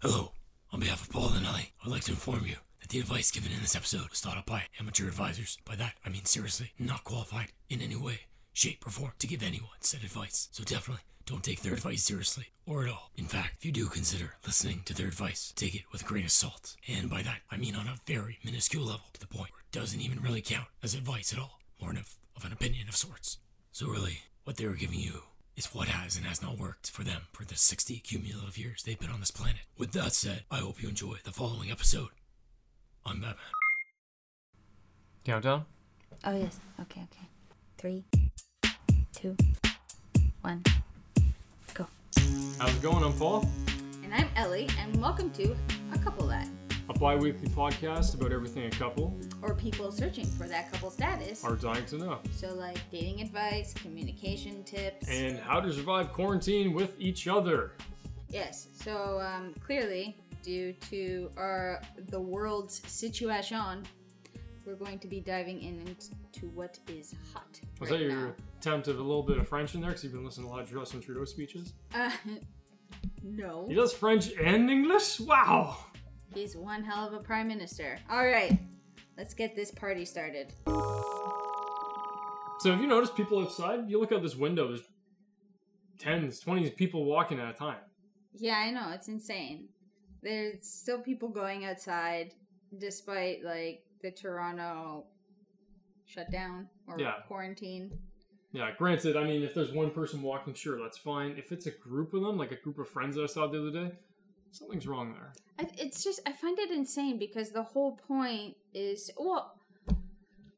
Hello. On behalf of Paul and I, I would like to inform you that the advice given in this episode was thought up by amateur advisors. By that, I mean seriously, not qualified in any way, shape, or form to give anyone said advice. So definitely don't take their advice seriously, or at all. In fact, if you do consider listening to their advice, take it with a grain of salt. And by that, I mean on a very minuscule level, to the point where it doesn't even really count as advice at all, more an, of an opinion of sorts. So really, what they were giving you is what has and has not worked for them for the 60 cumulative years they've been on this planet. With that said, I hope you enjoy the following episode. I'm Batman. Countdown? Oh yes. Okay. Okay. Three, two, one. Go. How's it going? I'm Paul, And I'm Ellie, and welcome to a couple that, a bi weekly podcast about everything a couple or people searching for that couple status. are dying to know So like dating advice, communication tips. and how to survive quarantine with each other. yes. So um, clearly, due to our the world's situation, we're going to be diving in into what is hot. Was right that your now. attempt at a little bit of French in there? Because you've been listening to a lot of Justin Trudeau speeches. Uh, no. He does French and English? Wow! He's one hell of a prime minister. All right, let's get this party started. So, have you noticed people outside? You look out this window, there's tens, twenties people walking at a time. Yeah, I know, it's insane. There's still people going outside despite like the Toronto shutdown or Yeah. quarantine. Yeah, granted, I mean, if there's one person walking, sure, that's fine. If it's a group of them, like a group of friends that I saw the other day, something's wrong there. I, it's just I find it insane because the whole point is well,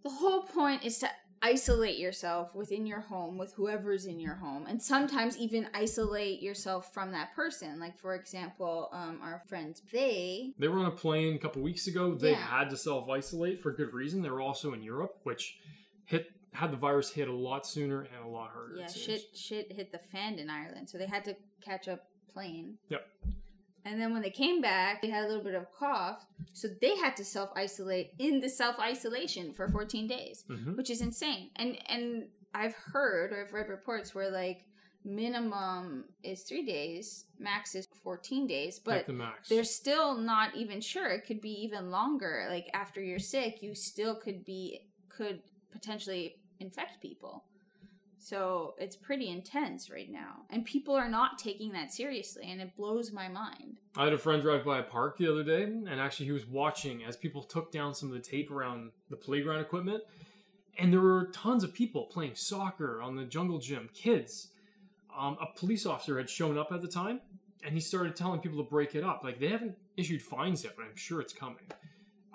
the whole point is to isolate yourself within your home with whoever's in your home, and sometimes even isolate yourself from that person. Like for example, um, our friends they They were on a plane a couple weeks ago. They Yeah. had to self isolate for good reason. They were also in Europe, which hit had the virus hit a lot sooner and a lot harder. it yeah seems. shit shit hit the fan in Ireland, so they had to catch a plane. Yep. And then when they came back, they had a little bit of cough, so they had to self isolate in the self isolation for 14 days. Mhm. which is insane. And and I've heard or I've read reports where like minimum is three days, max is fourteen days, At but the max. they're still not even sure. It could be even longer. Like after you're sick, you still could be could potentially infect people. So it's pretty intense right now, and people are not taking that seriously, and it blows my mind. I had a friend drive by a park the other day, and actually he was watching as people took down some of the tape around the playground equipment, and there were tons of people playing soccer on the jungle gym, kids. Um, a police officer had shown up at the time, and he started telling people to break it up. Like they haven't issued fines yet, but I'm sure it's coming.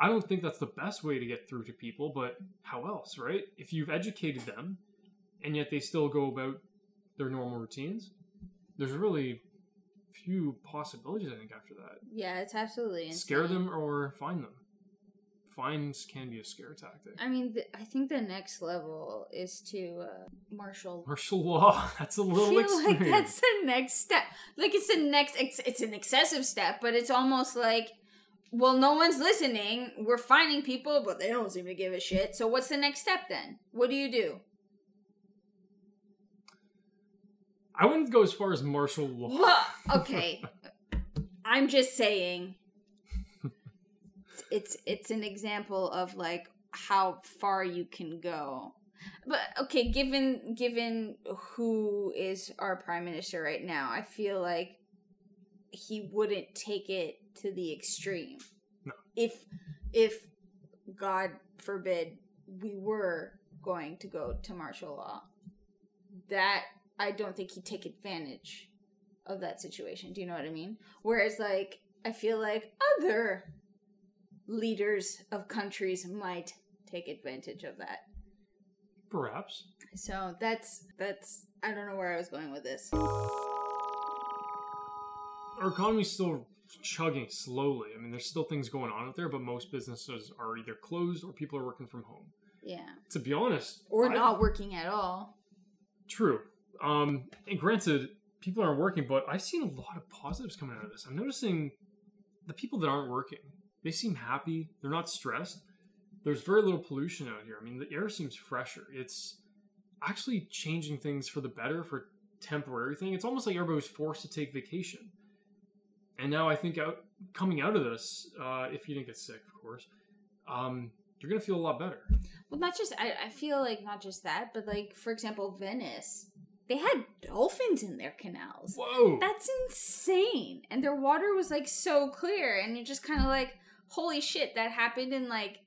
I don't think that's the best way to get through to people, but how else, right? If you've educated them, and yet they still go about their normal routines, there's really few possibilities. I think after that Yeah, it's absolutely insane. scare them or find them. Fines can be a scare tactic. I mean, th- I think the next level is to uh, marshal Martial law. That's a little I feel extreme. like that's the next step. Like it's the next. It's, it's an excessive step, but it's almost like, well, no one's listening. We're finding people, but they don't seem to give a shit. So what's the next step then? What do you do? I wouldn't go as far as martial law. Well, okay, I'm just saying. It's it's an example of like how far you can go. But okay, given given who is our prime minister right now, I feel like he wouldn't take it to the extreme. No. If if God forbid we were going to go to martial law, that I don't think he'd take advantage of that situation. Do you know what I mean? Whereas like I feel like other leaders of countries might take advantage of that. Perhaps. So that's that's I don't know where I was going with this. Our economy's still chugging slowly. I mean, there's still things going on out there, but most businesses are either closed or people are working from home. Yeah. To be honest, Or I- not working at all. True. Um, and granted, people aren't working, but I've seen a lot of positives coming out of this. I'm noticing the people that aren't working, they seem happy. They're not stressed. There's very little pollution out here. I mean, the air seems fresher. It's actually changing things for the better for temporary thing. It's almost like everybody was forced to take vacation. And now I think out coming out of this, uh, if you didn't get sick, of course, um, you're gonna feel a lot better. Well, not just I, I feel like not just that, but like for example, Venice, they had dolphins in their canals. Whoa! That's insane. And their water was like so clear, and you're just kind of like, holy shit, that happened in like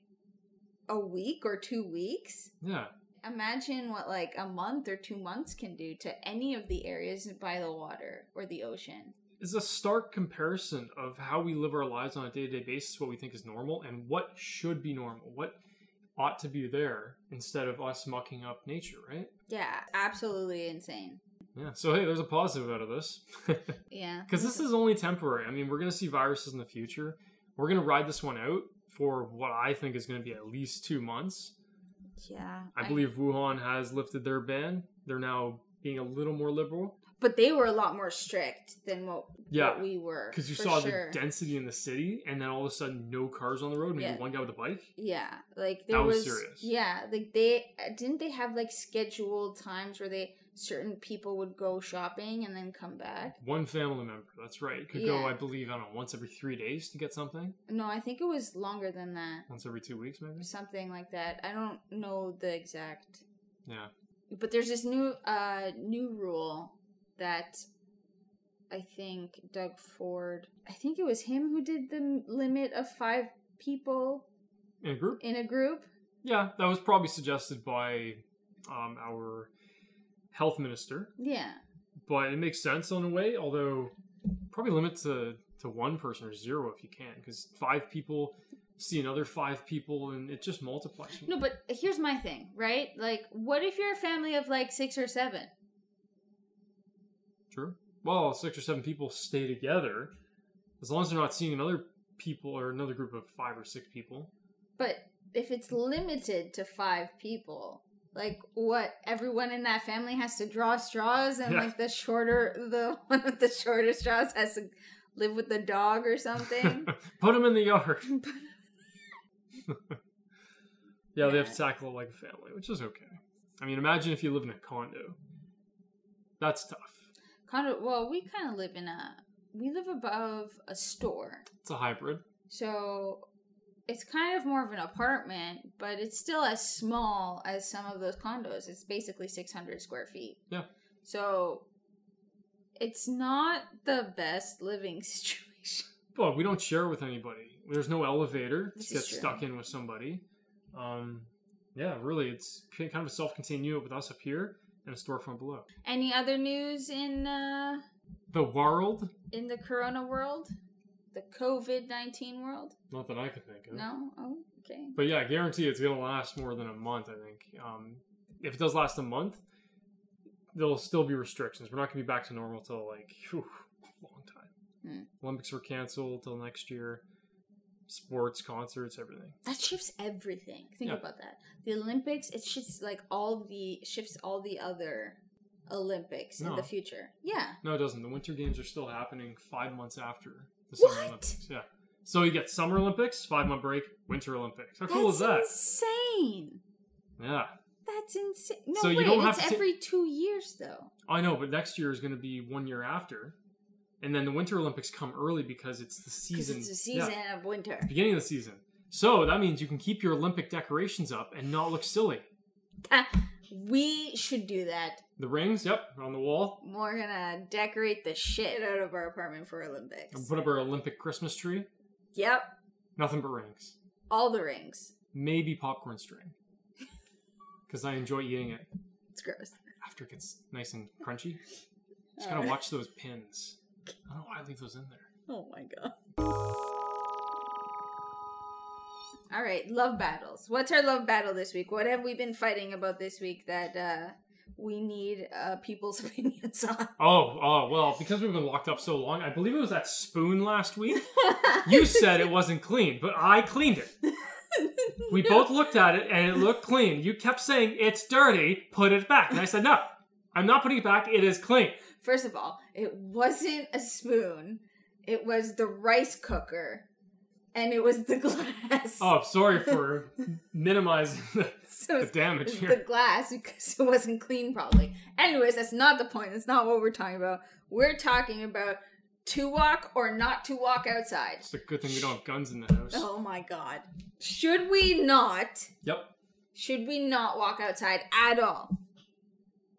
a week or two weeks. yeah, Imagine what like a month or two months can do to any of the areas by the water or the ocean. it's a stark comparison of how we live our lives on a day to day basis, what we think is normal, and what should be normal, what ought to be there instead of us mucking up nature, right? Yeah, absolutely insane. Yeah. So hey, there's a positive out of this. Yeah. Because this is only temporary. I mean, we're going to see viruses in the future. We're going to ride this one out for what I think is going to be at least two months. Yeah. I believe Wuhan has lifted their ban. They're now being a little more liberal. But they were a lot more strict than what, Yeah. what we were. Because you for saw sure. the density in the city, and then all of a sudden, no cars on the road, maybe Yeah. one guy with a bike. Yeah, like there That was was, serious. yeah, like they didn't they have like scheduled times where they certain people would go shopping and then come back. One family member, that's right, could go, Yeah. I believe, I don't know, once every three days to get something, No, I think it was longer than that, once every two weeks, maybe. something like that. I don't know the exact. Yeah. But there's this new uh new rule that I think Doug Ford, I think it was him who did the limit of 5 people In a group? in a group. Yeah, that was probably suggested by um, our health minister. Yeah. but it makes sense in a way. Although probably limit to to one person or zero if you can, because five people see another five people, and it just multiplies. No, but here's my thing, right? Like, what if you're a family of like six or seven? True. Well, six or seven people stay together as long as they're not seeing another people or another group of five or six people. But if it's limited to five people, like what everyone in that family has to draw straws, and Yeah. like the shorter, the one with the shorter straws has to live with the dog or something. Put them in the yard. Yeah, they have Yeah. to tackle it like a family, which is okay. I mean, imagine if you live in a condo. That's tough. Condo. Well, we kind of live in a we live above a store, It's a hybrid. so it's kind of more of an apartment, but it's still as small as some of those condos. It's basically 600 square feet. Yeah. So it's not the best living situation. But we don't share with anybody. There's no elevator This to is get true. stuck in with somebody. Um, yeah, really, it's ki- kind of a self-contained unit with us up here and a storefront below. Any other news in uh, The world, in the Corona world, the COVID nineteen world? not that I could think of. No. Oh, okay. But yeah, I guarantee it's gonna last more than a month. I think um, if it does last a month, there'll still be restrictions. We're not gonna be back to normal till like whew, long time. Hmm. Olympics were canceled till next year. Sports, concerts, everything. That shifts everything. Think Yeah. about that. The Olympics, it shifts like all the shifts all the other Olympics in No. the future. Yeah. No, it doesn't. The Winter Games are still happening five months after the Summer What? Olympics. Yeah. So you get Summer Olympics, five month break, Winter Olympics. How cool is that? insane. Yeah. That's insane. No, So wait, you don't have it's to ta- every two years though. I know, but next year is going to be one year after. And then the Winter Olympics come early because it's the Because season. it's a yeah, season of winter. beginning of the season. So that means you can keep your Olympic decorations up and not look silly. We should do that. The rings, yep, are on the wall. We're gonna decorate the shit out of our apartment for And Olympics. put up our Olympic Christmas tree. Yep. Nothing but rings. All the rings. Maybe popcorn string. Because I enjoy eating it. It's gross. after it gets nice and crunchy. Just Uh, gotta watch those pins. I don't know why I leave those in there. Oh my god. All right, love battles. What's our love battle this week? What have we been fighting about this week that uh, we need uh, people's opinions on? Oh, oh well, because we've been locked up so long, I believe it was that spoon last week. You said it wasn't clean, but I cleaned it. We both looked at it and it looked clean. You kept saying it's dirty, put it back. And I said, No, I'm not putting it back, it is clean. First of all, it wasn't a spoon. It was the rice cooker, and it was the glass. Oh, sorry for minimizing the, so the it's damage it's the here. glass because it wasn't clean probably. Anyways, that's not the point. That's not what we're talking about. We're talking about to walk or not to walk outside. It's a good thing we don't have guns in the house. Oh my god. Should we not? Yep. Should we not walk outside at all?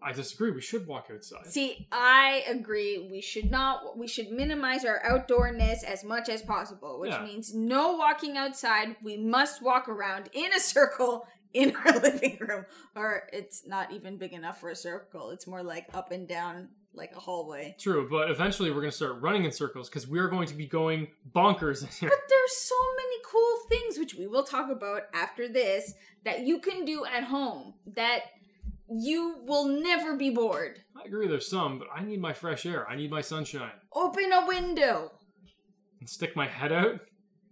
I disagree. We should walk outside. See, I agree. We should not. We should minimize our outdoorness as much as possible, which Yeah. means no walking outside. We must walk around in a circle in our living room, or it's not even big enough for a circle. It's more like up and down, like a hallway. True, but eventually we're going to start running in circles because we are going to be going bonkers in here. But there's so many cool things which we will talk about after this that you can do at home that you will never be bored. I agree, there's some, but I need my fresh air. I need my sunshine. Open a window. And stick my head out.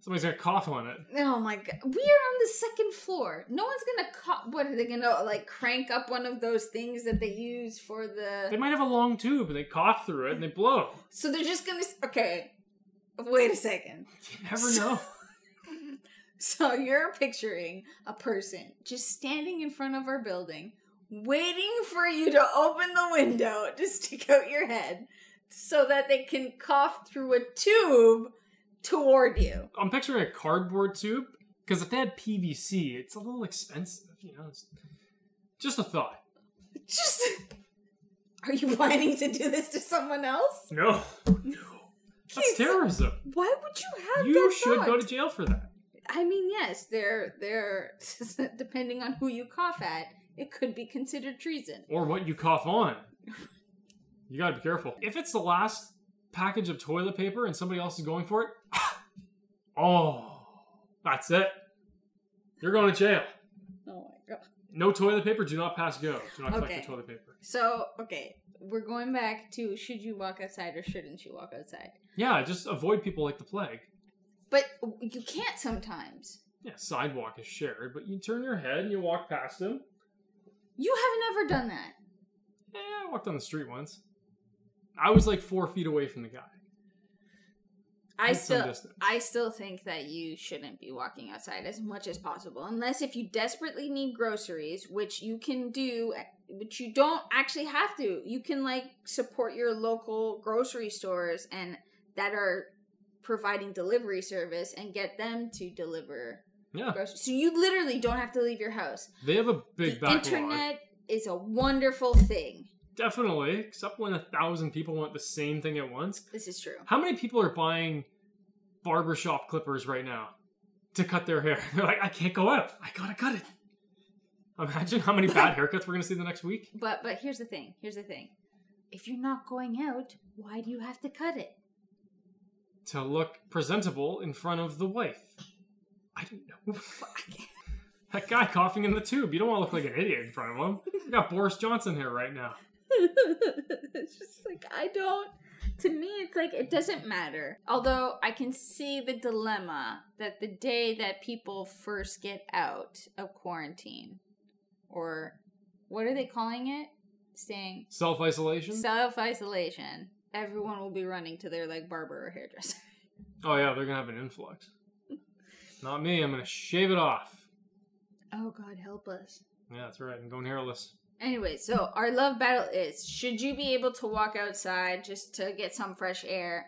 Somebody's going to cough on it. Oh my god. We are on the second floor. No one's gonna co- what are they gonna like crank up one of those things that they use for They the might have a long tube and they cough through it and they blow. So they're just gonna s- okay. Wait a second. You never know. So you're picturing a person just standing in front of our building, waiting for you to open the window to stick out your head so that they can cough through a tube toward you. I'm picturing a cardboard tube because if they had PVC, it's a little expensive, you know. It's just a thought. Just Are you planning to do this to someone else? No, no, that's Please. terrorism. Why would you have You that should thought? go to jail for that. I mean, yes, they're they're depending on who you cough at, it could be considered treason. or what you cough on. You gotta be careful. If it's the last package of toilet paper and somebody else is going for it, oh, that's it. You're going to jail. Oh my god. No toilet paper. Do not pass go. Do not collect Okay. your toilet paper. So, okay, we're going back to should you walk outside or shouldn't you walk outside? Yeah, just avoid people like the plague. But you can't sometimes. Yeah, sidewalk is shared, but you turn your head and you walk past them. You have never done that. Yeah, I walked on the street once. I was like four feet away from the guy. I At some still distance. I still think that you shouldn't be walking outside as much as possible unless if you desperately need groceries, which you can do which you don't actually have to. You can like support your local grocery stores and that are providing delivery service and get them to deliver Yeah, groceries. So you literally don't have to leave your house. they have a big the backlog. internet is a wonderful thing. Definitely, except when a thousand people want the same thing at once. This is true. How many people are buying barbershop clippers right now to cut their hair? They're like, I can't go out. I gotta cut it. Imagine how many bad haircuts we're gonna see the next week. But but here's the thing. Here's the thing. If you're not going out, why do you have to cut it? To look presentable in front of the wife. I don't know. that guy coughing in the tube. You don't wanna look like an idiot in front of him. You got Boris Johnson here right now. it's just like I don't. To me, it's like it doesn't matter. Although I can see the dilemma that the day that people first get out of quarantine, or what are they calling it? Staying Self isolation? self isolation. Everyone will be running to their like barber or hairdresser. oh, yeah, they're gonna have an influx. Not me. I'm gonna shave it off. Oh God, help us. Yeah, that's right. I'm going hairless. Anyway, so our love battle is should you be able to walk outside just to get some fresh air?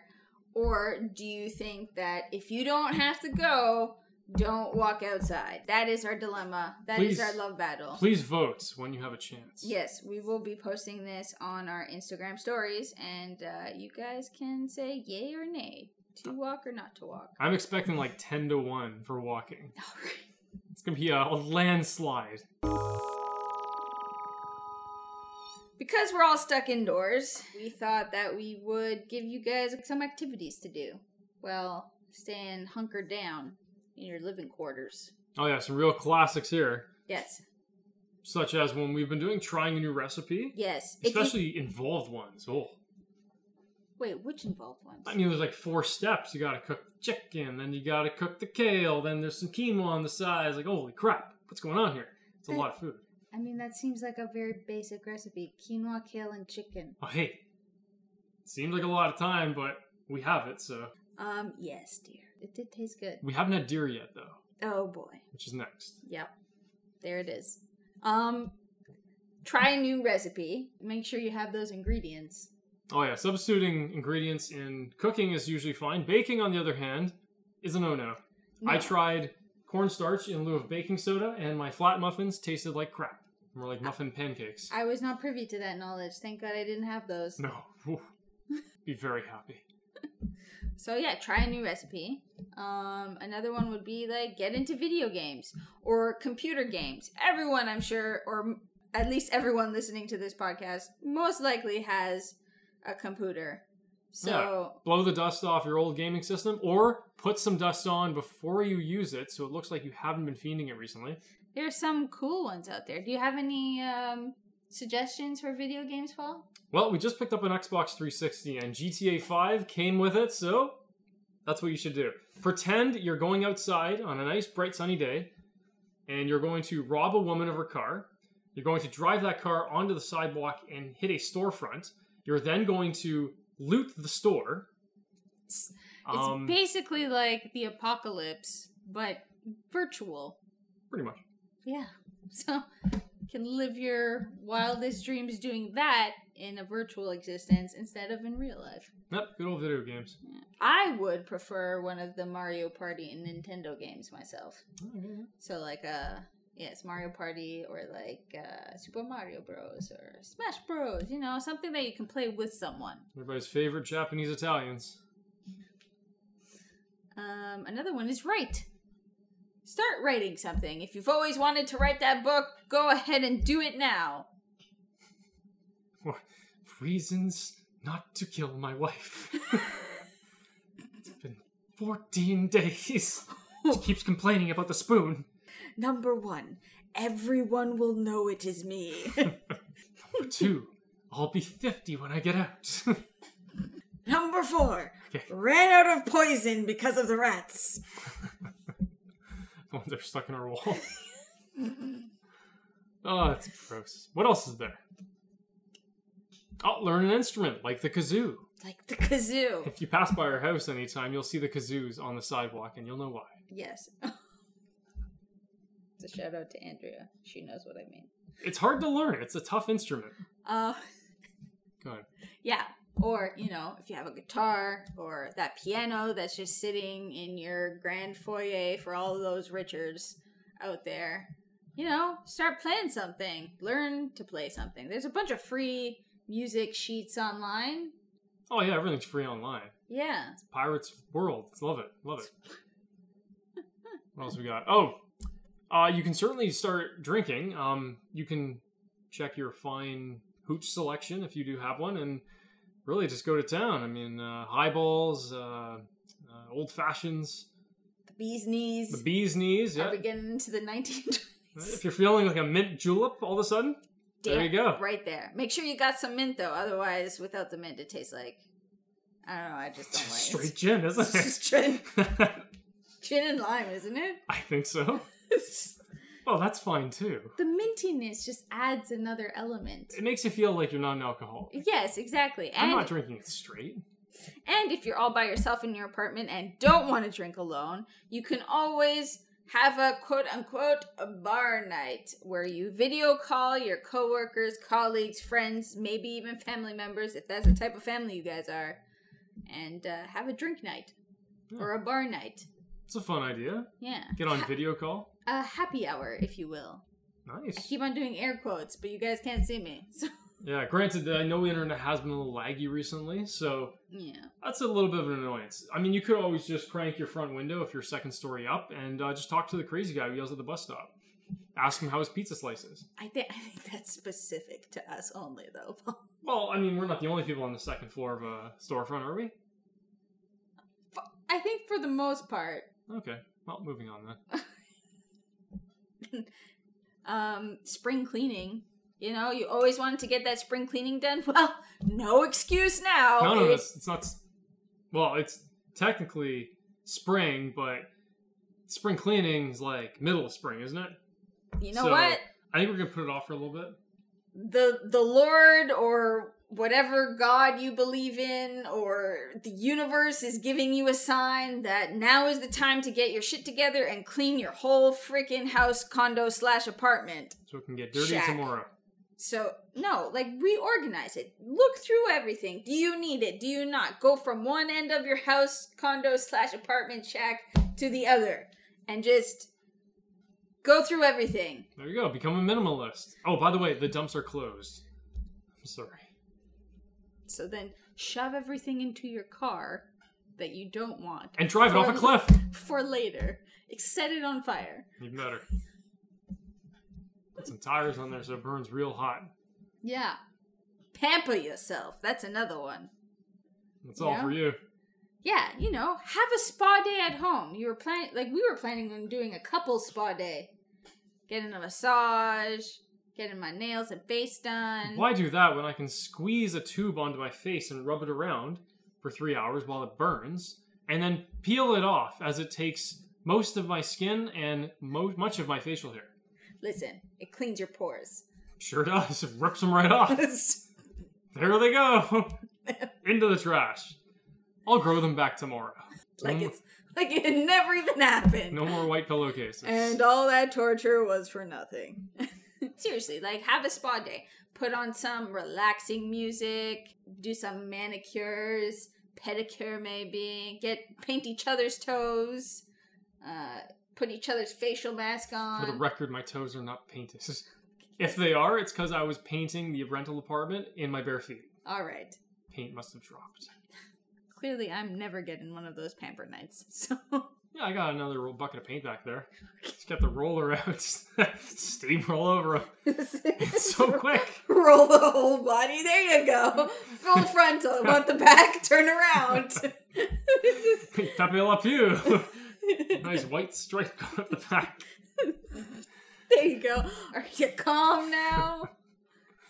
Or do you think that if you don't have to go, don't walk outside? That is our dilemma. That is Please. our love battle. Please vote when you have a chance. Yes, we will be posting this on our Instagram stories, and uh, you guys can say yay or nay to walk or not to walk. I'm expecting like 10 to 1 for walking. It's gonna be a, a landslide. Because we're all stuck indoors, we thought that we would give you guys some activities to do. Well, staying hunkered down in your living quarters. Oh, yeah, some real classics here, Yes, such as when we've been doing trying a new recipe, yes. If you- especially involved ones. Oh, wait, which involved ones? I mean, there's like four steps. You gotta cook the chicken, then you gotta cook the kale, then there's some quinoa on the side. It's like, holy crap, what's going on here? It's a lot of food. I mean, that seems like a very basic recipe: quinoa, kale, and chicken. Oh, hey, seems like a lot of time, but we have it, so Um, yes, dear. It did taste good. we haven't had deer yet, though, Oh boy. which is next. Yep. There it is. Um, try a new recipe. Make sure you have those ingredients. Oh yeah, substituting ingredients in cooking is usually fine. Baking, on the other hand, is a no-no. I No. tried cornstarch in lieu of baking soda, and my flat muffins tasted like crap. More like muffin pancakes. I was not privy to that knowledge. Thank God I didn't have those. No, Whew. be very happy. So yeah, try a new recipe. Um, another one would be like get into video games or computer games. Everyone, I'm sure, or m- at least everyone listening to this podcast, most likely has a computer. So Blow the dust off your old gaming system, or put some dust on before you use it, so it looks like you haven't been fiending it recently. there's some cool ones out there. Do you have any um, suggestions for video games, Paul? Well, we just picked up an Xbox 360 and GTA 5 came with it, so that's what you should do. Pretend you're going outside on a nice, bright, sunny day and you're going to rob a woman of her car. You're going to drive that car onto the sidewalk and hit a storefront. You're then going to loot the store. It's- It's Um, basically like the apocalypse, but virtual. pretty much. Yeah. So can live your wildest dreams doing that in a virtual existence instead of in real life. Yep, good old video games. I would prefer one of the Mario Party and Nintendo games myself. So like uh yes, Mario Party or like uh Super Mario Bros or Smash Bros, you know, something that you can play with someone. Everybody's favorite Japanese Italians. Um another one is write. Start writing something. If you've always wanted to write that book, go ahead and do it now. Reasons not to kill my wife. it's been 14 days. She keeps complaining about the spoon. Number one, everyone will know it is me. Number two, I'll be 50 when I get out. Number four, Okay. ran out of poison because of the rats. when they're stuck in our wall. oh, that's gross. What else is there? I'll learn an instrument like the kazoo. Like the kazoo. If you pass by our house anytime, you'll see the kazoos on the sidewalk and you'll know why. yes. it's a shout out to Andrea. She knows what I mean. It's hard to learn, it's a tough instrument. Uh, Go ahead. yeah. Or, you know, if you have a guitar or that piano that's just sitting in your grand foyer for all those Richards out there, you know, start playing something. Learn to play something. There's a bunch of free music sheets online. Oh, yeah, everything's free online. Yeah. Pirates World. Love it. Love it. what else we got? Oh, uh, you can certainly start drinking. Um, you can check your fine hooch selection if you do have one, and really just go to town. I mean, uh, highballs, uh, uh, old fashions, The bee's knees. the bee's knees. Are Yeah. we getting into the 1920s? If you're feeling like a mint julep all of a sudden, There you Damn, go. Right there. Make sure you got some mint, though. Otherwise, without the mint, it tastes like. I don't know. I just don't like straight it. gin, isn't It's it? just gin, gin and lime, isn't it? I think so. Well, that's fine too. the mintiness just adds another element. It makes you feel like you're not an alcoholic. Yes, exactly. I'm And not drinking it straight. and if you're all by yourself in your apartment and don't want to drink alone, you can always have a quote unquote bar night where you video call your coworkers, colleagues, friends, maybe even family members, if that's the type of family you guys are, and uh, have a drink night or a bar night. It's a fun idea. Yeah. Hmm. Get on Ha- video call. a happy hour, if you will. I Nice. keep on doing air quotes, but you guys can't see me. So, Yeah, granted, that I know the internet has been a little laggy recently, so yeah. that's a little bit of an annoyance. I mean, you could always just crank your front window if you're second story up and uh, just talk to the crazy guy who yells at the bus stop. Ask him how his pizza slices. I think I think that's specific to us only, though. Well, I mean, we're not the only people on the second floor of a storefront, are we? I think for the most part, Okay. Well, moving on then. um, spring cleaning. You know, you always wanted to get that spring cleaning done. Well, no excuse now. no, no, Oh, It- it's, it's not. s- Well, it's technically spring, but spring cleaning is like middle of spring, isn't it? you know so- what? I think we're gonna put it off for a little bit. The the Lord or whatever God you believe in or the universe is giving you a sign that now is the time to get your shit together and clean your whole freaking house, condo slash apartment. so it can get dirty Shack. tomorrow. So no, like reorganize it. Look through everything. Do you need it? Do you not? Go from one end of your house, condo slash apartment shack to the other, and just go through everything. There you go. Become a minimalist. Oh, by the way, the dumps are closed. I'm sorry. So then shove everything into your car that you don't want And drive it off a For- cliff. for later. Set it on fire. Even better. Put some tires on there so it burns real hot. Yeah. Pamper yourself. That's another one. That's all Yeah. for you. Yeah, you know, have a spa day at home. You were planning, like, we were planning on doing a couple spa day. Getting a massage, getting my nails and face done. Why do that when I can squeeze a tube onto my face and rub it around for three hours while it burns, and then peel it off as it takes most of my skin and mo- much of my facial hair? Listen, it cleans your pores. Sure does. It rips them right off. There they go. Into the trash. I'll grow them back tomorrow. like, more- it's, like it never even happened. No more white pillowcases. And all that torture was for nothing. Seriously, like have a spa day. Put on some relaxing music, do some manicures, pedicure maybe, get paint each other's toes, uh, put each other's facial mask For the on. record, my toes are not painted. If they are, it's because I was painting the rental apartment in my bare feet. all right. Paint must have dropped. Clearly, I'm never getting one of those pamper nights. So Yeah, I got another roll- bucket of paint back there. Just got the roller out, steamroll over 'em. It's so quick. roll the whole body. There you go. Full frontal. Want the back? Turn around. this Tapia la pew. is. Nice white stripe going up the back. There you go. Are you calm now?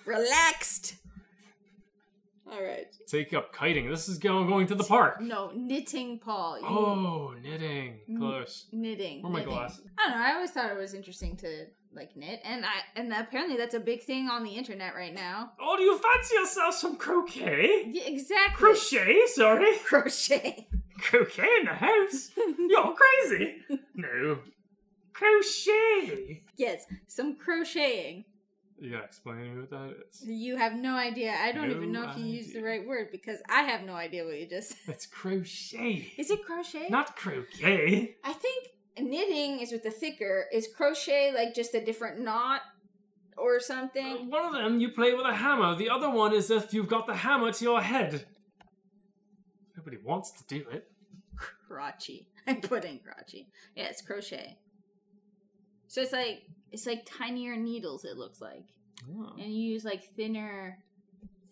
Relaxed. All right. Take up kiting. This is going going to the park. No, knitting, Paul. You Oh, knitting. Mm. Close. knitting. Where are my knitting. glasses? I don't know. I always thought it was interesting to like knit, and I and apparently that's a big thing on the internet right now. Oh, do you fancy yourself some croquet? Yeah, exactly. Crochet, sorry. Crochet. Croquet in the house? You're crazy. no. Crochet. yes, some crocheting. You gotta explain to me what that is. You have no idea. I don't even No know if you used the idea. right word because I have no idea what you just. said. It's crochet. Is it crochet? Not croquet. I think knitting is with the thicker. Is crochet like just a different knot or Uh, something? One of them you play with a hammer, the other one is if you've got the hammer to your head. Nobody wants to do it. Crotchy. I put in crotchy. Yeah, it's crochet. So it's like it's like tinier needles. It looks like, Oh. and you use like thinner,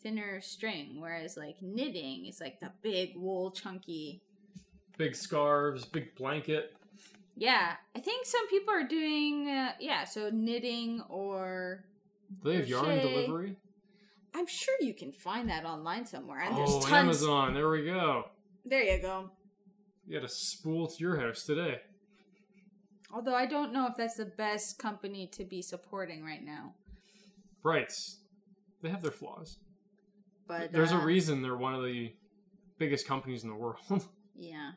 thinner string. Whereas like knitting is like the big wool chunky. Big scarves, big blanket. Yeah, I think some people are doing uh, yeah. So knitting or Do they have yarn Crochet. delivery? I'm sure you can find that online somewhere. And oh, there's tons. Amazon. There we go. There you go. You got a spool to your house today. Although I don't know if that's the best company to be supporting right now. Right. They have their flaws. But There's a uh, reason they're one of the biggest companies in the world. Yeah.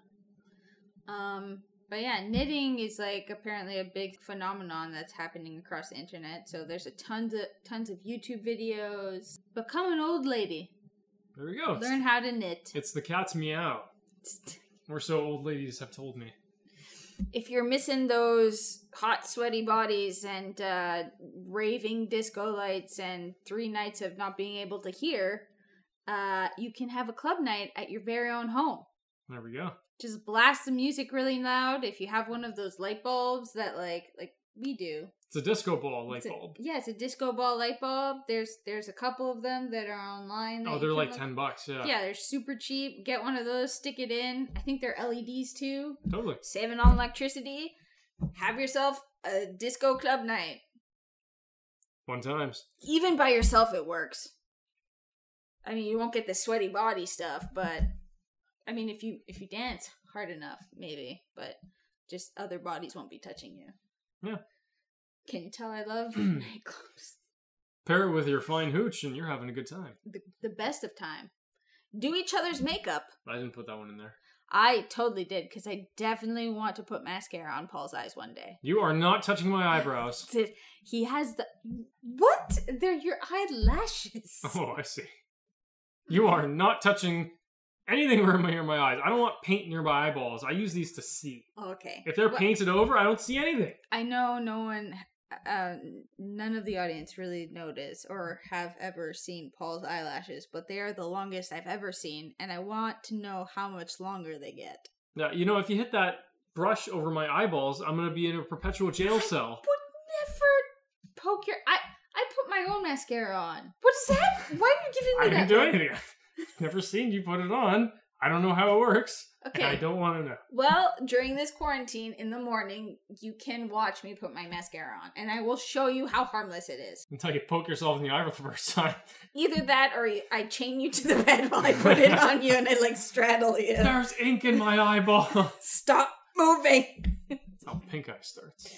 Um. But yeah, knitting is like apparently a big phenomenon that's happening across the internet. So there's a tons of tons of YouTube videos. Become an old lady. there we go. Oh, It's- Learn how to knit. It's the cat's meow. Or so old ladies have told me. If you're missing those hot, sweaty bodies and uh, raving disco lights and three nights of not being able to hear, uh, you can have a club night at your very own home. There we go. just blast the music really loud if you have one of those light bulbs that like like we do It's a disco ball light It's a- bulb. yeah it's a disco ball light bulb there's there's a couple of them that are online that Oh, you they're can like look- ten bucks. Yeah, yeah they're super cheap get one of those stick it in i think they're leds too totally. saving on electricity have yourself a disco club night Fun times. even by yourself it works i mean you won't get the sweaty body stuff but i mean if you if you dance hard enough maybe but just other bodies won't be touching you Yeah. can you tell i love nightclubs Pair it with your fine hooch, and you're having a good time. the, the best of time do each other's makeup I didn't put that one in there. I totally did because I definitely want to put mascara on Paul's eyes one day. You are not touching my eyebrows. Th- He has the what? They're your eyelashes. Oh, I see. You are not touching anything near my, near my eyes. I don't want paint near my eyeballs. I use these to see. Okay. If they're Well, painted over, I don't see anything. I know no one, uh, none of the audience really noticed or have ever seen Paul's eyelashes, but they are the longest I've ever seen, and I want to know how much longer they get. Now, you know, if you hit that brush over my eyeballs, I'm going to be in a perpetual jail I cell. would never poke your. I I put my own mascara on. What is that? Why are you I giving me that? didn't do anything. I've Never seen you put it on. I don't know how it works. Okay. And I don't want to know. Well, during this quarantine, in the morning, you can watch me put my mascara on, and I will show you how harmless it is. Until you poke yourself in the eye for the first time. Either that, or I chain you to the bed while I put it on you, and I like straddle you. There's ink in my eyeball. Stop moving. That's how pink eye starts.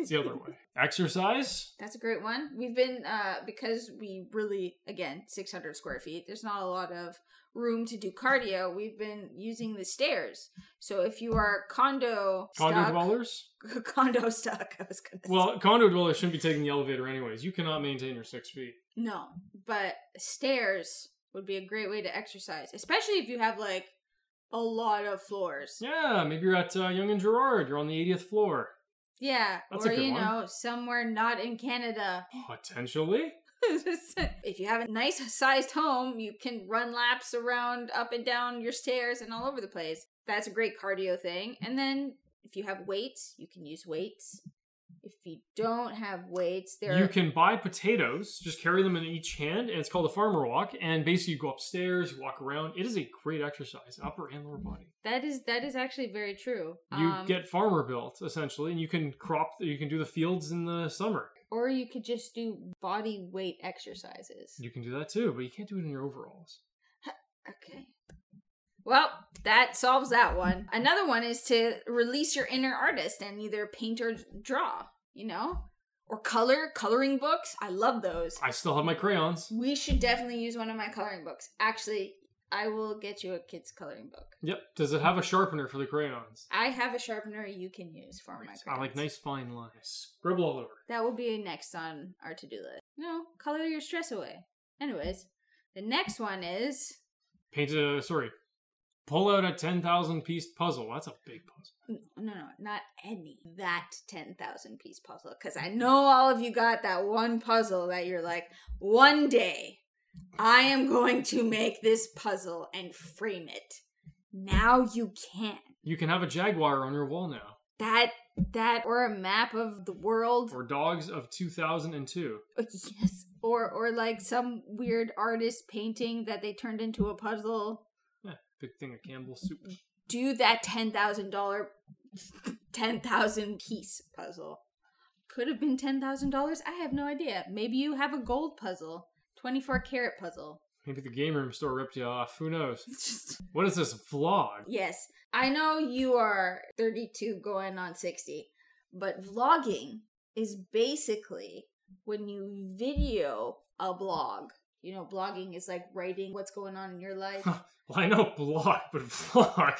It's the other way. Exercise? That's a great one. We've been uh because we really again 600 square feet. There's not a lot of room to do cardio. We've been using the stairs. So if you are condo Condo stuck, dwellers? condo stuck. I was gonna say. Well, condo dwellers shouldn't be taking the elevator anyways. You cannot maintain your six feet. no, but stairs would be a great way to exercise, especially if you have like a lot of floors. Yeah, maybe you're at uh, Young and Gerard. You're on the 80th floor. Yeah, That's a or good you one. know, somewhere not in Canada. Potentially. if you have a nice sized home, you can run laps around up and down your stairs and all over the place. That's a great cardio thing. And then if you have weights, you can use weights. If you don't have weights, there You are can buy potatoes, just carry them in each hand, and it's called a farmer walk. And basically, you go upstairs, you walk around. It is a great exercise, upper and lower body. that is that is actually very true. Um, You get farmer built essentially, and you can crop. You can do the fields in the summer. or you could just do body weight exercises. You can do that too, but you can't do it in your overalls. Okay. Well, that solves that one. Another one is to release your inner artist and either paint or draw, you know? Or color, coloring books. I love those. I still have my crayons. We should definitely use one of my coloring books. Actually, I will get you a kid's coloring book. Yep. Does it have a sharpener for the crayons? I have a sharpener you can use for Oh my I like crayons. nice fine lines. Scribble all over. That will be next on our to do list. No, color your stress away. Anyways, the next one is Paint a sorry. Pull out a ten thousand piece puzzle. That's a big puzzle. No, no, not any. That 10,000 piece puzzle. Because I know all of you got that one puzzle that you're like, one day I am going to make this puzzle and frame it. Now you can. You can have a jaguar on your wall now, That, that, or a map of the world. or dogs of two thousand and two. yes. Or, or like some weird artist painting that they turned into a puzzle. Yeah, Eh, big thing of Campbell's soup. do that ten thousand dollar ten thousand piece puzzle. Could have been ten thousand dollars. I have no idea. Maybe you have a gold puzzle, twenty four carat puzzle. Maybe the game room store ripped you off. Who knows? What is this vlog? yes, I know you are thirty two going on sixty, but vlogging is basically when you video a blog. You know, blogging is like writing what's going on in your life. Well, I know blog, but vlog.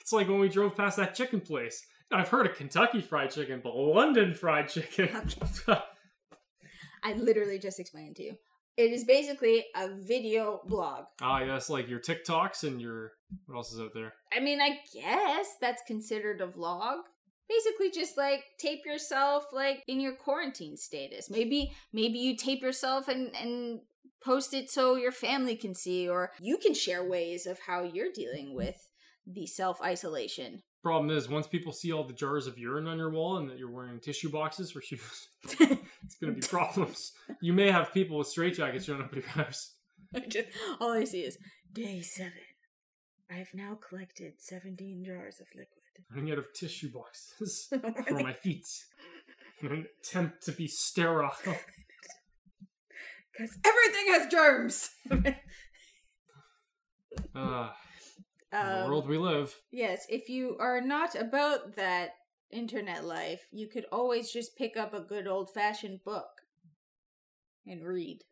It's like when we drove past that chicken place. Now, I've heard of Kentucky Fried Chicken, but London Fried Chicken. I literally just explained to you. It is basically a video blog. ah, yeah, it's like your TikToks and your what else is out there? I mean, I guess that's considered a vlog. Basically, just like tape yourself like in your quarantine status. Maybe maybe you tape yourself and and post it so your family can see, or you can share ways of how you're dealing with the self isolation. Problem is, once people see all the jars of urine on your wall and that you're wearing tissue boxes for shoes, it's gonna be problems. You may have people with straitjackets showing up at your house. All I see is day seven. I've now collected seventeen jars of liquid. running out of tissue boxes for my feet in an attempt to be sterile. Because everything has germs. Ah, the Um, world we live. Yes, if you are not about that internet life, you could always just pick up a good old fashioned book and read.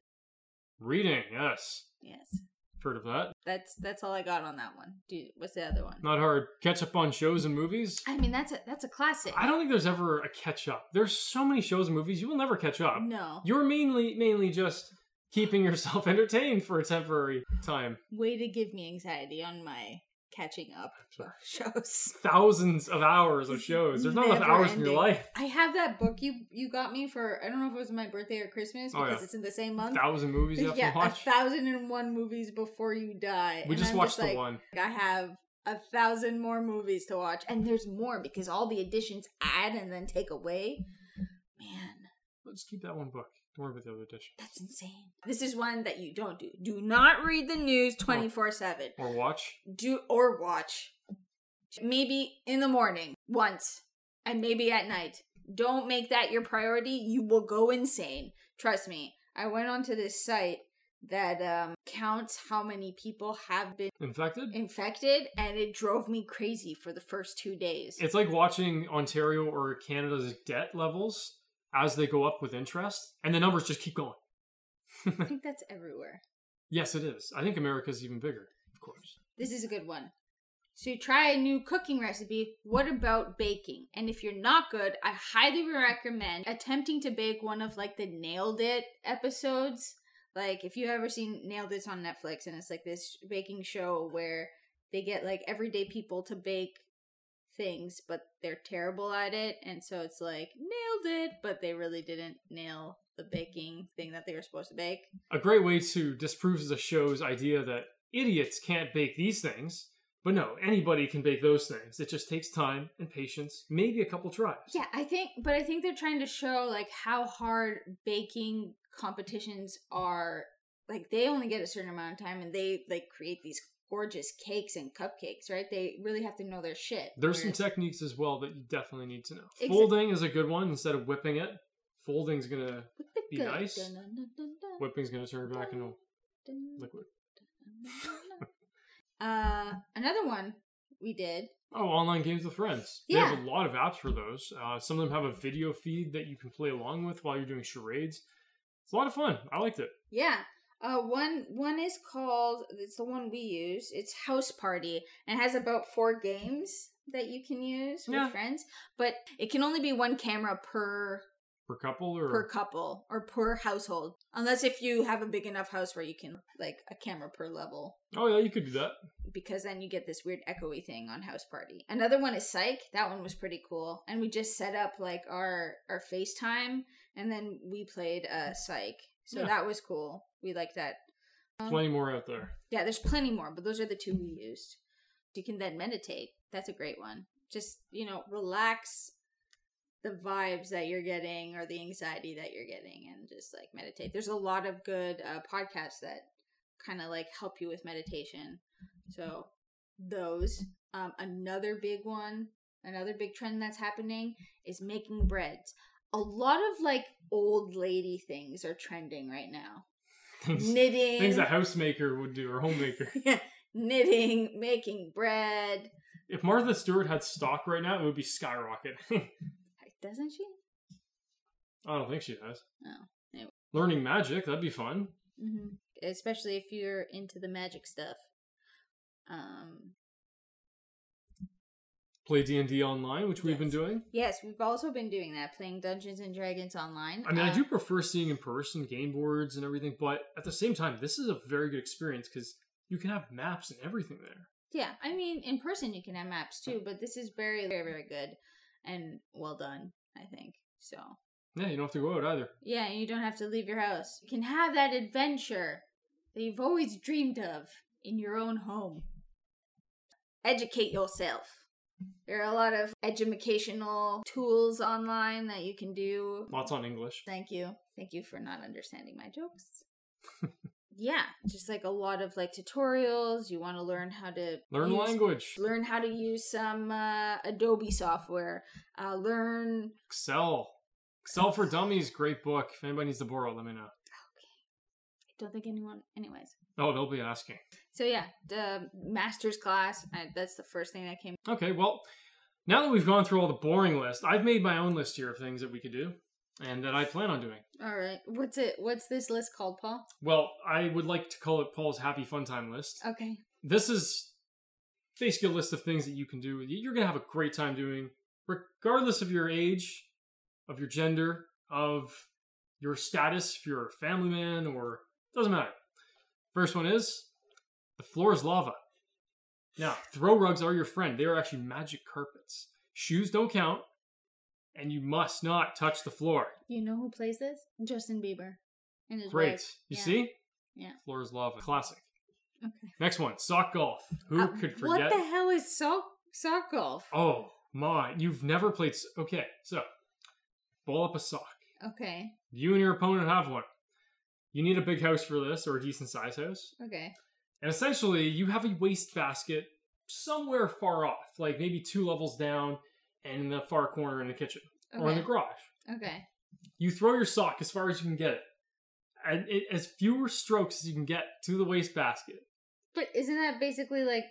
Reading, yes. Yes. Heard of that? That's that's all I got on that one. Dude, what's the other one? Not hard. Catch up on shows and movies. I mean, that's a that's a classic. I don't think there's ever a catch up. There's so many shows and movies you will never catch up. No. You're mainly mainly just keeping yourself entertained for a temporary time. Way to give me anxiety on my catching up shows. Thousands of hours of shows. Oh, There's not enough Never hours in your ending. life. I have that book you you got me for I don't know if it was my birthday or Christmas Oh, because yeah. it's in the same month. Thousand movies you have yeah, to a watch. thousand and one movies before you die. we and just I'm watched like, the one. I have a thousand more movies to watch, and there's more because all the additions add and then take away. Man, Let's keep that one book. Don't worry about the other edition. that's insane. This is one that you don't do. Do not read the news twenty four seven. Or watch. Do or watch. Maybe in the morning once, and maybe at night. Don't make that your priority. You will go insane. Trust me. I went onto this site that um, counts how many people have been Infected? infected and it drove me crazy for the first two days. It's like watching Ontario or Canada's debt levels as they go up with interest, and the numbers just keep going. I think that's everywhere. Yes, it is. I think America's even bigger, of course. This is a good one. So you try a new cooking recipe. What about baking? And if you're not good, I highly recommend attempting to bake one of like the nailed it episodes. Like if you ever seen Nailed It's on Netflix and it's like this baking show where they get like everyday people to bake things but they're terrible at it and so it's like nailed it but they really didn't nail the baking thing that they were supposed to bake. A great way to disprove the show's idea that idiots can't bake these things, but no, anybody can bake those things. It just takes time and patience, maybe a couple tries. Yeah, I think, but I think they're trying to show like how hard baking competitions are. Like they only get a certain amount of time, and they like create these gorgeous cakes and cupcakes, right? They really have to know their shit. There's some Whereas- techniques as well that you definitely need to know. Exa- Folding is a good one instead of whipping it. Folding's gonna With the be good- nice. dun-dun-dun-dun, whipping's gonna turn it back into dun-dun-dun-dun. liquid. uh, another one we did. Oh, online games with friends. They Yeah. have a lot of apps for those. Uh, some of them have a video feed that you can play along with while you're doing charades. It's a lot of fun. I liked it. Yeah. Uh, one one is called it's the one we use. It's House Party and it has about four games that you can use with Yeah. friends, but it can only be one camera per Per couple or per couple or per household, unless if you have a big enough house where you can like a camera per level oh yeah, you could do that. because then you get this weird echoey thing on house party another one is psych that one was pretty cool and we just set up like our our facetime and then we played uh psych so Yeah. that was cool we liked that Um, Plenty more out there. yeah, there's plenty more, but those are the two we used. You can then meditate. That's a great one. Just, you know, relax the vibes that you're getting or the anxiety that you're getting and just like meditate. There's a lot of good uh, podcasts that kind of like help you with meditation. So, those. Um, another big one, another big trend that's happening is making breads. A lot of like old lady things are trending right now. Things, Knitting. things a housemaker would do or homemaker. Yeah, knitting, making bread. if Martha Stewart had stock right now, it would be skyrocket. I Doesn't she? don't think she has. Oh, anyway. Learning magic, that'd be fun. hmm Mm-hmm. Especially if you're into the magic stuff. Um, Play D and D online, which we've been Yes. doing. yes, we've also been doing that, playing Dungeons and Dragons online. I mean, I Uh, do prefer seeing in person game boards and everything, but at the same time, this is a very good experience because you can have maps and everything there. Yeah, I mean, in person you can have maps too, but this is very, very, very good and well done. I think so. Yeah, you don't have to go out either. Yeah, and you don't have to leave your house. You can have that adventure that you've always dreamed of in your own home. Educate yourself. There are a lot of educational tools online that you can do. Lots on English. Thank you. Thank you for not understanding my jokes. yeah, just like a lot of like tutorials. You want to learn how to Learn use- language. Learn how to use some uh, Adobe software. Uh, learn Excel. Excel for Dummies, great book. If anybody needs to borrow, let me know. I don't think anyone. Anyways. Oh, they'll be asking. So yeah, the master's class. I, that's the first thing that came. Okay, well, now that we've gone through all the boring list, I've made my own list here of things that we could do. and that I plan on doing. All right. What's it? What's this list called, Paul? Well, I would like to call it Paul's Happy Fun Time list. Okay. This is basically a list of things that you can do. that You're going to have a great time doing, regardless of your age, of your gender, of your status, if you're a family man or doesn't matter. First one is the floor is lava. Now, throw rugs are your friend. They are actually magic carpets. Shoes don't count, and you must not touch the floor. You know who plays this? Justin Bieber. And his Great. wife. You Yeah. see? Yeah. Floor is lava. Classic. Okay. Next one, sock golf. Who Uh, could What forget? the hell is sock sock golf? Oh my! You've never played. s- Okay, so ball up a sock. Okay. You and your opponent have one. You need a big house for this, or a decent size house. Okay. And essentially, you have a waste basket somewhere far off, like maybe two levels down, and in the far corner in the kitchen or in the Okay. garage. Okay. You throw your sock as far as you can get it, and it, as fewer strokes as you can get to the waste basket. But isn't that basically like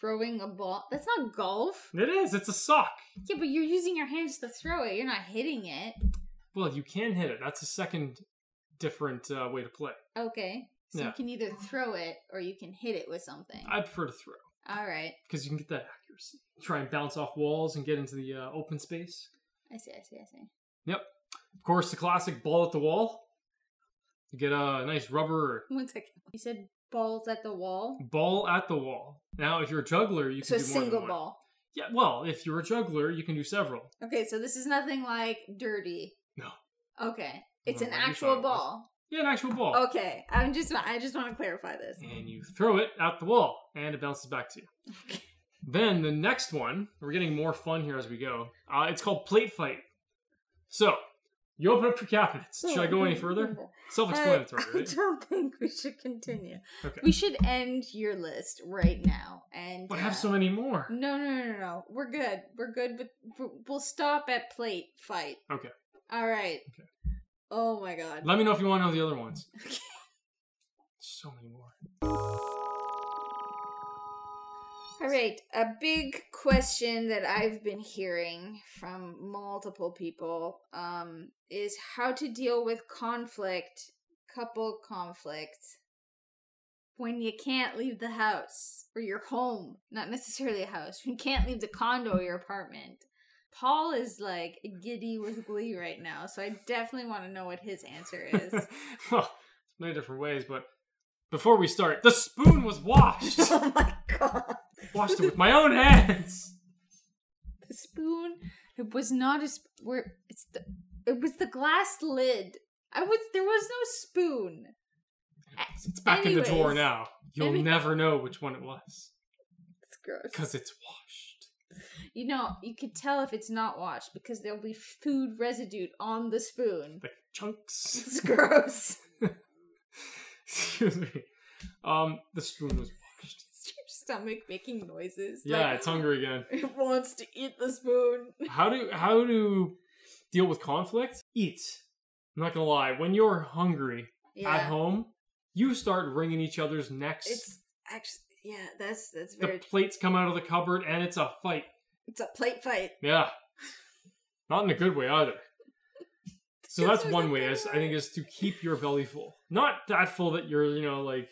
throwing a ball? That's not golf. It is. It's a sock. Yeah, but you're using your hands to throw it. You're not hitting it. Well, you can hit it. That's a second different uh, way to play. Okay. So Yeah. you can either throw it or you can hit it with something. I prefer to throw. All right. because you can get that accuracy. Try and bounce off walls and get into the uh, open space. I see. I see. I see. Yep. Of course, the classic ball at the wall. You get a nice rubber One second. You said balls at the wall. ball at the wall. Now, if you're a juggler, you can So a do more single than one. ball. Yeah. Well, if you're a juggler, you can do several. Okay, so this is nothing like dirty. No. Okay. It's Well, an what you thought it actual was. ball. Yeah, an actual ball. Okay. I'm just I just want to clarify this. And you throw it at the wall, and it bounces back to you. Then the next one, we're getting more fun here as we go. Uh, it's called plate fight. So you open up your cabinets. Mm. Should I go any further? Uh, Self-explanatory, I, I right? don't think we should continue. Okay. We should end your list right now and But I uh, have so many more. No, no, no, no, no. We're good. We're good but we'll stop at plate fight. Okay. All right. Okay. Oh my god. Let me know if you want to know the other ones. Okay. So many more. All right, a big question that I've been hearing from multiple people um, is how to deal with conflict, couple conflict, when you can't leave the house or your home, not necessarily a house, when you can't leave the condo or your apartment. Paul is like giddy with glee right now, so I definitely want to know what his answer is. well, many different ways, but before we start, the spoon was washed. oh my god. washed it with my own hands. the spoon. It was not a sp- where it's the it was the glass lid. I was there was no spoon. It's back in the drawer Anyways. now. You'll Any- never know which one it was It's gross. because it's washed. You know, you could tell if it's not washed because there'll be food residue on the spoon. Like chunks. It's gross. Excuse me. Um, the spoon was washed. It's your stomach making noises. Yeah, like, it's hungry again. It wants to eat the spoon. How do how to deal with conflict? Eat. I'm not gonna lie. When you're hungry, at Yeah, home, you start wringing each other's necks. it's actually yeah. That's that's the very. plates come out of the cupboard, and it's a fight. It's a plate fight. Yeah, not in a good way either. So That's that's not one the way. good Is, I think way. is to keep your belly full, not that full that you're you know like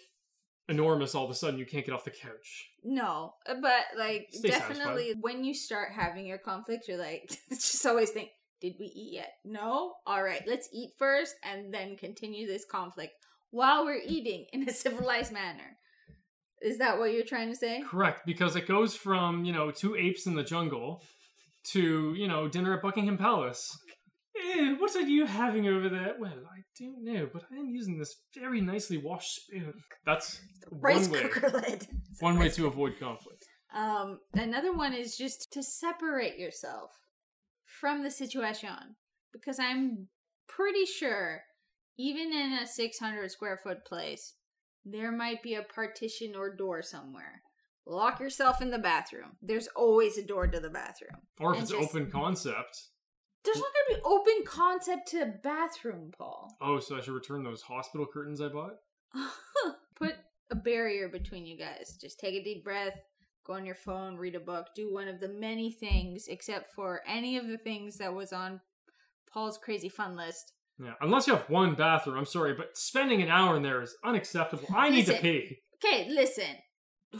enormous. All of a sudden, you can't get off the couch. No, uh, but like Stay satisfied. definitely when you start having your conflict, you're like just always think, did we eat yet? No. All right, let's eat first and then continue this conflict while we're eating in a civilized manner. Is that what you're trying to say? Correct, because it goes from you know two apes in the jungle to you know dinner at Buckingham Palace. Eh, what are you having over there? Well, I don't know, but I am using this very nicely washed spoon. That's Rice one way. cooker lid. One way to avoid conflict. Um, another one is just to separate yourself from the situation because I'm pretty sure, even in a 600 square foot place, there might be a partition or door somewhere. Lock yourself in the bathroom. There's always a door to the bathroom. Or if And it's just- open concept. There's not going to be open concept to a bathroom, Paul. Oh, so I should return those hospital curtains I bought? Put a barrier between you guys. Just take a deep breath, go on your phone, read a book, do one of the many things, except for any of the things that was on Paul's crazy fun list. Yeah, unless you have one bathroom, I'm sorry, but spending an hour in there is unacceptable. I need to Listen. pee. Okay, listen.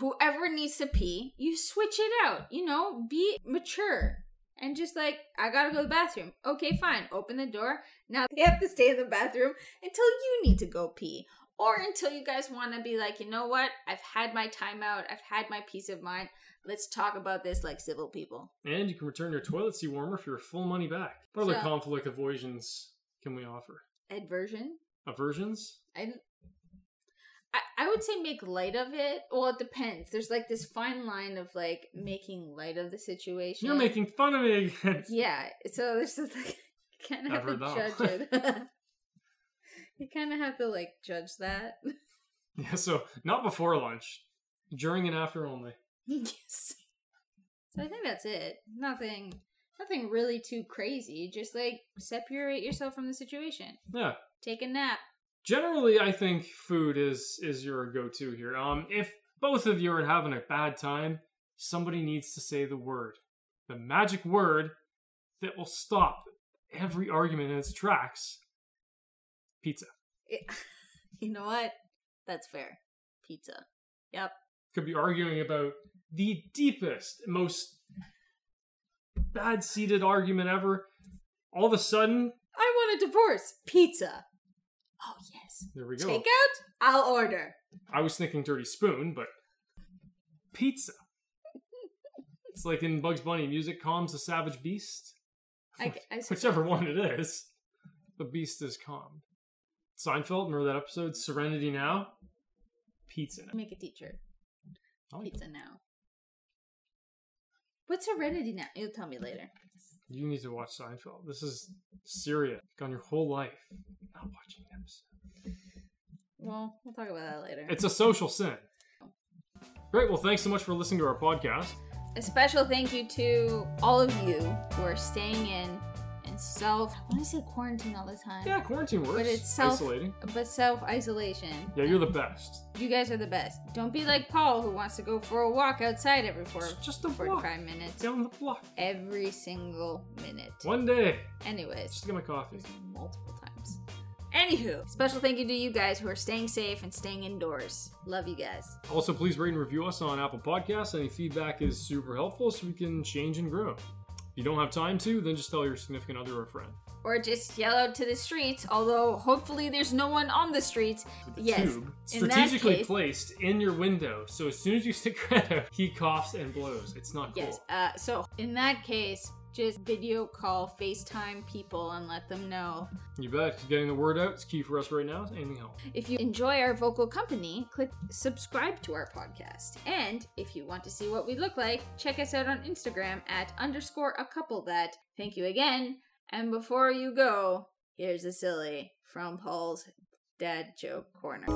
Whoever needs to pee, you switch it out. You know, be mature. And just like, I gotta go to the bathroom. Okay, fine. Open the door. Now they have to stay in the bathroom until you need to go pee. Or until you guys wanna be like, you know what? I've had my time out. I've had my peace of mind. Let's talk about this like civil people. And you can return your toilet seat warmer for your full money back. What other So- conflict avoidance can we offer? Adversion. Aversions? I, I I would say make light of it. Well, it depends. There's like this fine line of like making light of the situation. You're making fun of me again. Yeah. So this is like you kind of have to Never know. judge it. you kind of have to like judge that. Yeah, so not before lunch, during and after only. yes. So I think that's it. Nothing. Nothing really too crazy. Just like separate yourself from the situation. Yeah, Take a nap. generally i think food is is your go-to here um if both of you are having a bad time somebody needs to say the word the magic word that will stop every argument in its tracks pizza It- Eh, you know what? That's fair. Pizza. Yep. could be arguing about the deepest most bad seated argument ever all of a sudden I want a divorce. Pizza. Oh yes. there we go Takeout? I'll order. I was thinking Dirty Spoon, but pizza. it's like in Bugs Bunny music calms the savage beast. I, I suppose- Whichever one it is, the beast is calmed. Seinfeld, remember that episode? Serenity Now? Pizza now. make a teacher. I like Pizza now. What's Serenity now? You'll tell me later. that. You need to watch Seinfeld. This is serious. Gone your whole life not watching an episode. Well, we'll talk about that later. It's a social sin. Great. Well, thanks so much for listening to our podcast. a special thank you to all of you who are staying in and self. I want to say quarantine all the time. Yeah, quarantine works. But it's self- isolating. But self isolation. Yeah, you're the best. You guys are the best. Don't be like Paul, who wants to go for a walk outside every four, Just a walk 45 minutes. down the block. Every single minute. One day. Anyways. Just to get my coffee. multiple times. Anywho, special thank you to you guys who are staying safe and staying indoors. Love you guys. Also, please rate and review us on Apple Podcasts. Any feedback is super helpful so we can change and grow. If you don't have time to, then just tell your significant other or friend. Or just yell out to the streets, although hopefully there's no one on the streets. With the Yes, tube in that strategically case- placed in your window, so as soon as you stick your head out, he coughs and blows. It's not cool. Yes. Uh, so in that case, just video call, FaceTime people and let them know. You bet. 'cause Getting the word out is key for us right now. Anything else? If you enjoy our vocal company, click subscribe to our podcast. And if you want to see what we look like, check us out on Instagram at underscore a couple that. Thank you again. And before you go, here's a silly from Paul's dad joke corner.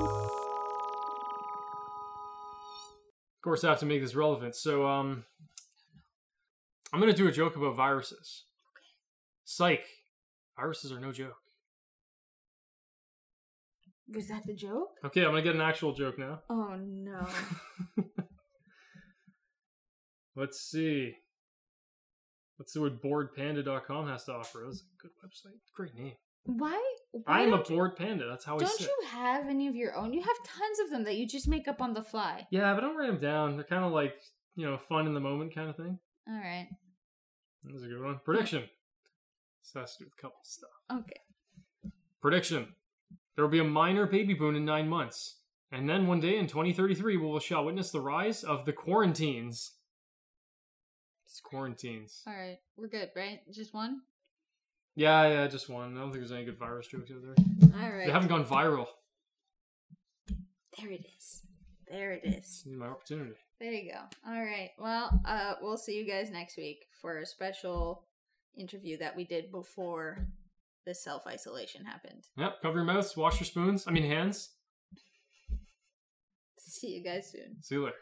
Of course, I have to make this relevant. So, um, I'm gonna do a joke about viruses. Psych. Viruses are no joke. Was that the joke? Okay, I'm gonna get an actual joke now. Oh no. Let's see. Let's see what boardpanda.com has to offer. That's a good website. Great name. Why? Why I'm a don't you- bored panda. That's how I Don't sit. you have any of your own? You have tons of them that you just make up on the fly. Yeah, but I don't write them down. They're kind of like, you know, fun in the moment kind of thing. All right. That was a good one. Prediction. This has to do with couple stuff. Okay. Prediction. There will be a minor baby boom in nine months. And then one day in 2033, we shall witness the rise of the quarantines. It's quarantines. All right. We're good, right? Just one? Yeah, yeah, just one. I don't think there's any good virus jokes out there. All right. They haven't gone viral. There it is. There it is. This is my opportunity. There you go. All right. Well, uh, we'll see you guys next week for a special interview that we did before the self isolation happened. Yep, cover your mouths, wash your spoons. I mean hands. See you guys soon. See you later.